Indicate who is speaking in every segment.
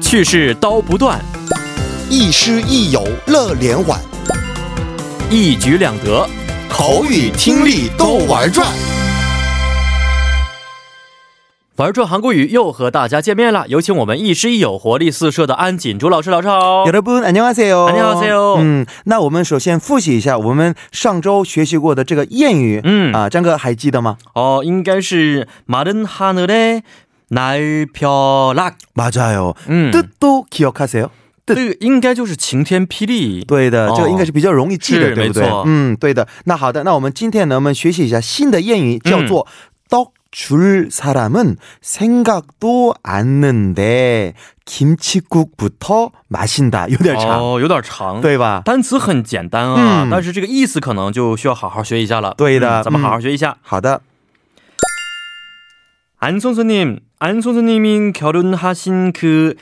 Speaker 1: 去世刀不断，
Speaker 2: 亦师亦友乐连环，
Speaker 1: 一举两得。
Speaker 2: 口语听力都玩转。
Speaker 1: 玩转韩国语又和大家见面了，有请我们亦师亦友、活力四射的安锦珠老师。老师好，
Speaker 3: 여러분 안녕하세요.
Speaker 1: 안녕하세요.
Speaker 3: 嗯，那我们首先复习一下我们上周学习过的这个谚语。
Speaker 1: 嗯
Speaker 3: 啊，张哥还记得吗？
Speaker 1: 어, 인간시 마른 하늘에 날 펴락.
Speaker 3: 맞아요.
Speaker 1: 음.
Speaker 3: 뜻도 기억하세요?
Speaker 1: 这个应该就是晴天霹雳。
Speaker 3: 对的，
Speaker 2: 어。
Speaker 3: 这个应该是比较容易记
Speaker 1: 是
Speaker 3: 的，对不对
Speaker 1: 没错？
Speaker 3: 嗯，对的。那好的，那我们今天呢，我们学习一下新的谚语，叫
Speaker 2: 음。
Speaker 3: 做“떡줄사람은생각도안는데김치국부터마신다”，有点
Speaker 2: 어。
Speaker 3: 长，
Speaker 1: 哦，有点长。，
Speaker 3: 对吧？
Speaker 1: 单词很简单啊、
Speaker 3: 嗯
Speaker 1: 但是这个意思可能就需要好好学一下了。
Speaker 3: 对的
Speaker 1: 嗯咱们
Speaker 3: 嗯
Speaker 1: 好好学一下。
Speaker 3: 好的，
Speaker 1: 안선수님, 안선수님인 결혼하신 그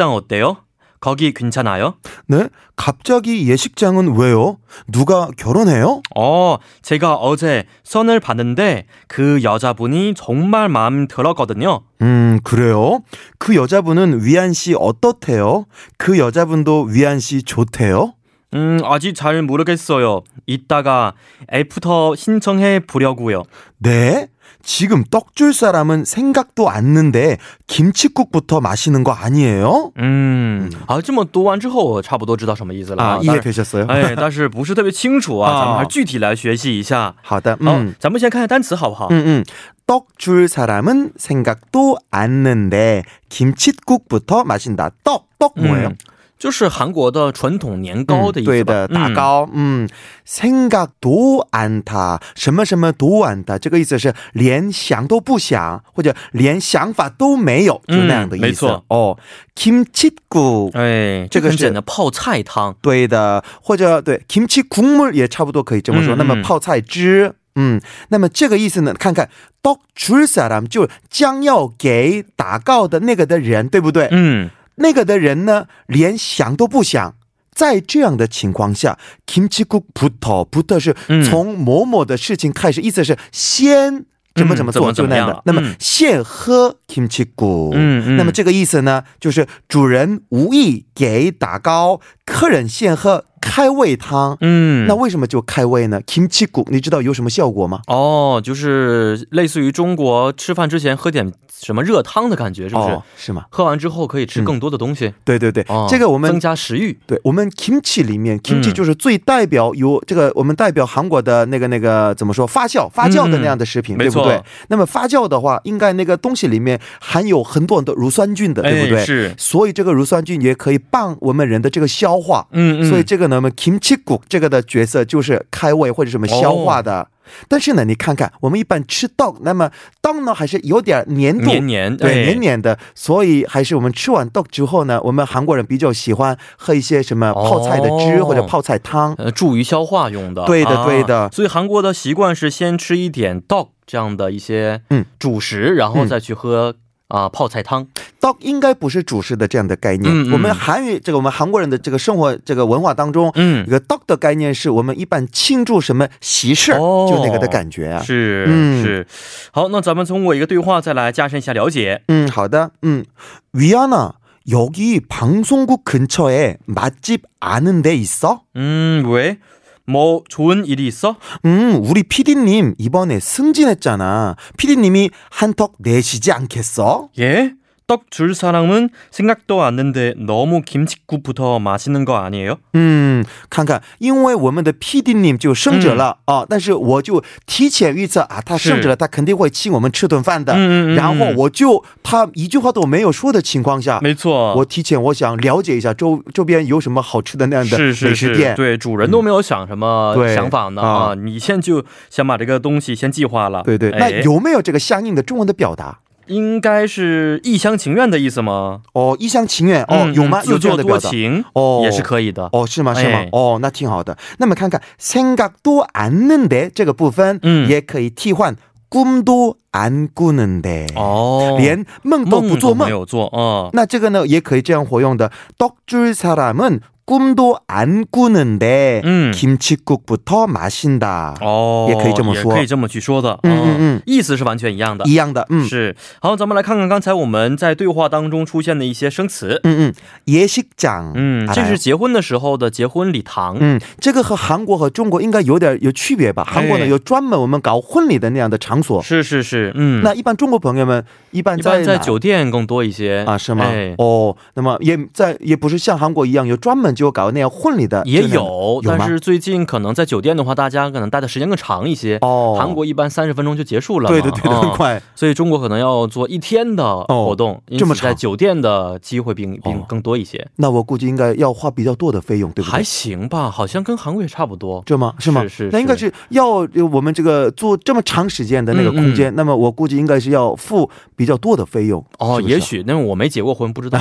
Speaker 1: 예식장 어때요? 거기 괜찮아요?
Speaker 3: 네갑자기예식장은왜요누가결혼해요
Speaker 1: 어, 제가 어제 선을 봤는데 그 여자분이 정말 마음 들었거든요.
Speaker 3: 음, 그래요? 그 여자분은 위안 씨 어떻대요? 그 여자분도 위안 씨 좋대요?
Speaker 1: 음, 아직 잘 모르겠어요. 이따가 애프터 신청해 보려고요.
Speaker 3: 네? 지금 떡 줄 사람은 생각도 않는데 김치국부터 마시는 거 아니에요?
Speaker 1: 음, 아, 这么读完之后，我差不多知道什么意思了。
Speaker 3: 아, 이해되셨어요?
Speaker 1: 네, 哎，但
Speaker 3: 啊。
Speaker 1: 是不是特别清楚啊，咱们还具体来学习一下。
Speaker 3: 好的,
Speaker 1: 好、
Speaker 3: 음.
Speaker 1: 咱们先看看单词好不好？
Speaker 3: 음, 음. 떡 줄 사람은 생각도 않는데 김치국부터 마신다. 떡, 떡 뭐예요?
Speaker 1: 嗯，就是韩国的传统年糕的意思
Speaker 3: 嗯对
Speaker 1: 吧？
Speaker 3: 的，打高。嗯，생각도안타，什么什么도안타，这个意思是连想都不想，或者连想法都没有，就那样的
Speaker 1: 嗯没
Speaker 3: 意思。
Speaker 1: 错
Speaker 3: 哦，김치국，
Speaker 1: 嗯。哎，
Speaker 3: 这个
Speaker 1: 很
Speaker 3: 是
Speaker 1: 简单，泡菜汤。
Speaker 3: 对的，或者对김치국물也差不多可以这么说。
Speaker 1: 嗯
Speaker 3: 那
Speaker 1: 嗯
Speaker 3: 么泡菜汁。嗯，那么这个意思呢？看看떡줄사람就将要给打告的那个的人，对不对？
Speaker 1: 嗯，
Speaker 3: 那个的人呢，连想都不想。在这样的情况下，김치국葡萄葡萄哦是
Speaker 1: 嗯
Speaker 3: 从某某的事情开始，意思是先怎么怎么做，
Speaker 1: 嗯怎么怎
Speaker 3: 就
Speaker 1: 么
Speaker 3: 那
Speaker 1: 样
Speaker 3: 样
Speaker 1: 了
Speaker 3: 的。那么
Speaker 1: 嗯
Speaker 3: 先喝김치국，
Speaker 1: 嗯嗯
Speaker 3: 那么这个意思呢，就是主人无意给打高，客人先喝开胃汤。
Speaker 1: 嗯，
Speaker 3: 那为什么就开胃呢？김치국，你知道有什么效果吗？
Speaker 1: 哦，就是类似于中国吃饭之前喝点什么热汤的感觉，是不是？
Speaker 3: 哦，是吗？
Speaker 1: 喝完之后可以吃更多的东西，
Speaker 3: 对对对，
Speaker 1: 哦，
Speaker 3: 这个我们
Speaker 1: 增加食欲。
Speaker 3: 对我们 kimchi 里面
Speaker 1: 嗯
Speaker 3: kimchi 就是最代表有这个我们代表韩国的那个那个怎么说发酵发酵的那样的食品，
Speaker 1: 嗯
Speaker 3: 对不
Speaker 1: 没
Speaker 3: 对
Speaker 1: 错？
Speaker 3: 那么发酵的话，应该那个东西里面含有很多很多乳酸菌的，呃对不对？
Speaker 1: 哎是
Speaker 3: 所以这个乳酸菌也可以帮我们人的这个消化。
Speaker 1: 嗯嗯，
Speaker 3: 所以这个呢，我们 kimchi 骨这个的角色就是开胃或者什么消化的。
Speaker 1: 哦
Speaker 3: 但是呢，你看看我们一般吃豆，那么豆呢还是有点粘度，
Speaker 1: 黏黏哎
Speaker 3: 对，黏黏的。所以还是我们吃完豆之后呢，我们韩国人比较喜欢喝一些什么泡菜的汁
Speaker 1: 哦
Speaker 3: 或者泡菜汤。
Speaker 1: 呃助于消化用的。
Speaker 3: 对的
Speaker 1: 啊
Speaker 3: 对的
Speaker 1: 所以韩国的习惯是先吃一点 dog 这样的一些
Speaker 3: 嗯
Speaker 1: 主食，然后再去喝啊、泡菜汤。
Speaker 3: 豆应该不是主食的这样的概念。
Speaker 1: 嗯嗯
Speaker 3: 我们韩语这个我们韩国人的这个生活这个文化当中，
Speaker 1: 嗯
Speaker 3: 这，个豆的概念是我们一般庆祝什么喜事，
Speaker 1: 哦
Speaker 3: 就那个的感觉啊。
Speaker 1: 是、
Speaker 3: 嗯
Speaker 1: 是。好，那咱们通过一个对话再来加深一下了解。
Speaker 3: 음, 好的. 음. 위안아, 여기 방송국 근처에 맛집 아는 데 있어?
Speaker 1: 음, 왜? 뭐 좋은 일이 있어?
Speaker 3: 음, 우리 피디님 이번에 승진했잖아. 피디님이 한턱 내시지 않겠어?
Speaker 1: 예? 떡 줄 사람은 생각도 않는데 너무 김치국부터 맛있는 거 아니에요?
Speaker 3: 음, 嗯看看,因为我们的 피디님
Speaker 1: 嗯
Speaker 3: 就升职了啊，但是我就提前预测啊，他升职了，他肯定会请我们吃顿饭的。
Speaker 1: 嗯，嗯，嗯，
Speaker 3: 然后我就他一句话都没有说的情况下，
Speaker 1: 没错，
Speaker 3: 我提前我想了解一下周周边有什么好吃的那样的
Speaker 1: 是是
Speaker 3: 美食
Speaker 1: 是，
Speaker 3: 店。
Speaker 1: 对，主人都没有想什么
Speaker 3: 嗯对
Speaker 1: 想法呢、
Speaker 3: 啊
Speaker 1: 啊，你先就先把这个东西先计划了。
Speaker 3: 对对，
Speaker 1: 哎
Speaker 3: 那有没有这个相应的中文的表达？
Speaker 1: 应该是一厢情愿的意思吗？
Speaker 3: 哦，一厢情愿哦
Speaker 1: 嗯，
Speaker 3: 有吗？
Speaker 1: 自
Speaker 3: 有这
Speaker 1: 作
Speaker 3: 样的
Speaker 1: 多
Speaker 3: 表达？
Speaker 1: 情
Speaker 3: 哦
Speaker 1: 也是可以的。
Speaker 3: 哦，是吗？是吗
Speaker 1: 哎？
Speaker 3: 哦，那挺好的。那么看看“생각도안는데”这个部分，
Speaker 1: 嗯
Speaker 3: 也可以替换“꿈도안꾸는데”，
Speaker 1: 哦，
Speaker 3: 连梦都不做
Speaker 1: 没
Speaker 3: 梦。
Speaker 1: 有做啊、
Speaker 3: 那这个呢，也可以这样活用的。떡줄사람은 꿈도 안 꾸는데
Speaker 1: 음. 어，
Speaker 3: 김치국부터 마신다.
Speaker 1: 哦，
Speaker 3: 也可以这么说
Speaker 1: 也可以这么去说的，哦
Speaker 3: 嗯嗯嗯
Speaker 1: 意思是完全一样的，
Speaker 3: 一样的，嗯
Speaker 1: 是。好，咱们来看看刚才我们在对话当中出现的一些生词，
Speaker 3: 嗯嗯，예식장，
Speaker 1: 嗯，这
Speaker 3: 알아요
Speaker 1: 是结婚的时候的结婚礼堂，
Speaker 3: 嗯，这个和韩国和中国应该有点有区别吧？
Speaker 1: 네。
Speaker 3: 韩国呢有专门我们搞婚礼的那样的场所，
Speaker 1: 是是是，嗯，
Speaker 3: 哦那一般中国朋友们一般
Speaker 1: 음。 一
Speaker 3: 在
Speaker 1: 般在
Speaker 3: 哪
Speaker 1: 酒店更多一些
Speaker 3: 啊，是吗？
Speaker 1: 哎
Speaker 3: 哦，那么也在也不是像韩国一样有专门就搞那样婚礼的，
Speaker 1: 也
Speaker 3: 这样的
Speaker 1: 有，
Speaker 3: 有吗
Speaker 1: 但是最近可能在酒店的话，大家可能待的时间更长一些。
Speaker 3: 哦，
Speaker 1: 韩国一般三十分钟就结束了嘛，
Speaker 3: 对对对，
Speaker 1: 嗯
Speaker 3: 很快。哦
Speaker 1: 所以中国可能要做一天的活动，因
Speaker 3: 这么
Speaker 1: 此在
Speaker 3: 长
Speaker 1: 酒店的机会比比
Speaker 3: 哦
Speaker 1: 更多一些，
Speaker 3: 那我估计应该要花比较多的费用，对不
Speaker 1: 还
Speaker 3: 对？
Speaker 1: 行吧，好像跟韩国也差不多。
Speaker 3: 这吗？是吗？
Speaker 1: 是是
Speaker 3: 那应该是要呃我们这个做这么长时间的
Speaker 1: 嗯
Speaker 3: 那个空间，那么我估计应该是要付比较多的费用
Speaker 1: 哦，
Speaker 3: 是不是
Speaker 1: 也许，那我没结过婚，不 知道。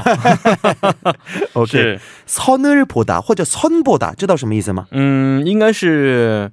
Speaker 3: OK。선을보다或者선보다知道什么意思吗？
Speaker 1: 嗯，应该是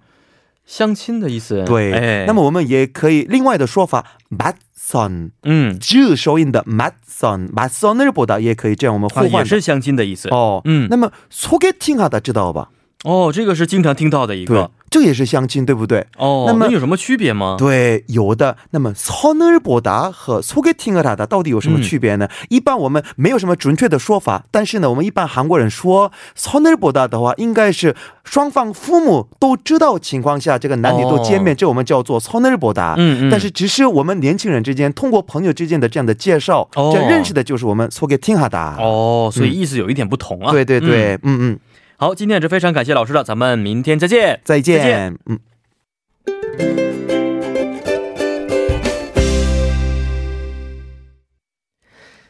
Speaker 1: 相亲的意思。
Speaker 3: 对，
Speaker 1: 哎、
Speaker 3: 那么我们也可以另外的说法，맞선，
Speaker 1: 嗯，
Speaker 3: 즈收音的맞선，맞선을보다也可以这样，我们互
Speaker 1: 啊、
Speaker 3: 换的、
Speaker 1: 也是相亲的意思。
Speaker 3: 哦，
Speaker 1: 嗯
Speaker 3: 那么소개팅하다知道吧？
Speaker 1: 哦，这个是经常听到的一
Speaker 3: 对
Speaker 1: 个。，
Speaker 3: 这也是相亲，对不对？
Speaker 1: 哦，
Speaker 3: 那么
Speaker 1: 那有什么区别吗？
Speaker 3: 对，有的。那么선을보다和소개팅을하다到底有什么区别呢？
Speaker 1: 嗯
Speaker 3: 一般我们没有什么准确的说法，但是呢，我们一般韩国人说선을보다的话，应该是双方父母都知道情况下，这个男女都见面，这我们叫做선을보다。
Speaker 1: 嗯嗯
Speaker 3: 但是只是我们年轻人之间通过朋友之间的这样的介绍，
Speaker 1: 哦
Speaker 3: 这样认识的就是我们소개팅하다。
Speaker 1: 哦，所以意思有一点不同啊。
Speaker 3: 嗯对对对，嗯嗯，
Speaker 1: 好，今天也是非常感谢老师了，咱们明天再见。
Speaker 3: 再见，
Speaker 1: 再见
Speaker 3: 嗯。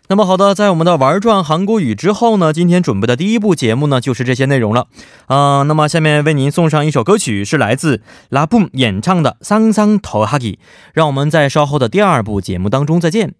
Speaker 1: 那么好的，在我们的玩转韩国语之后呢，今天准备的第一部节目呢就是这些内容了。嗯、那么下面为您送上一首歌曲，是来自拉布演唱的《桑桑头哈吉》。让我们在稍后的第二部节目当中再见。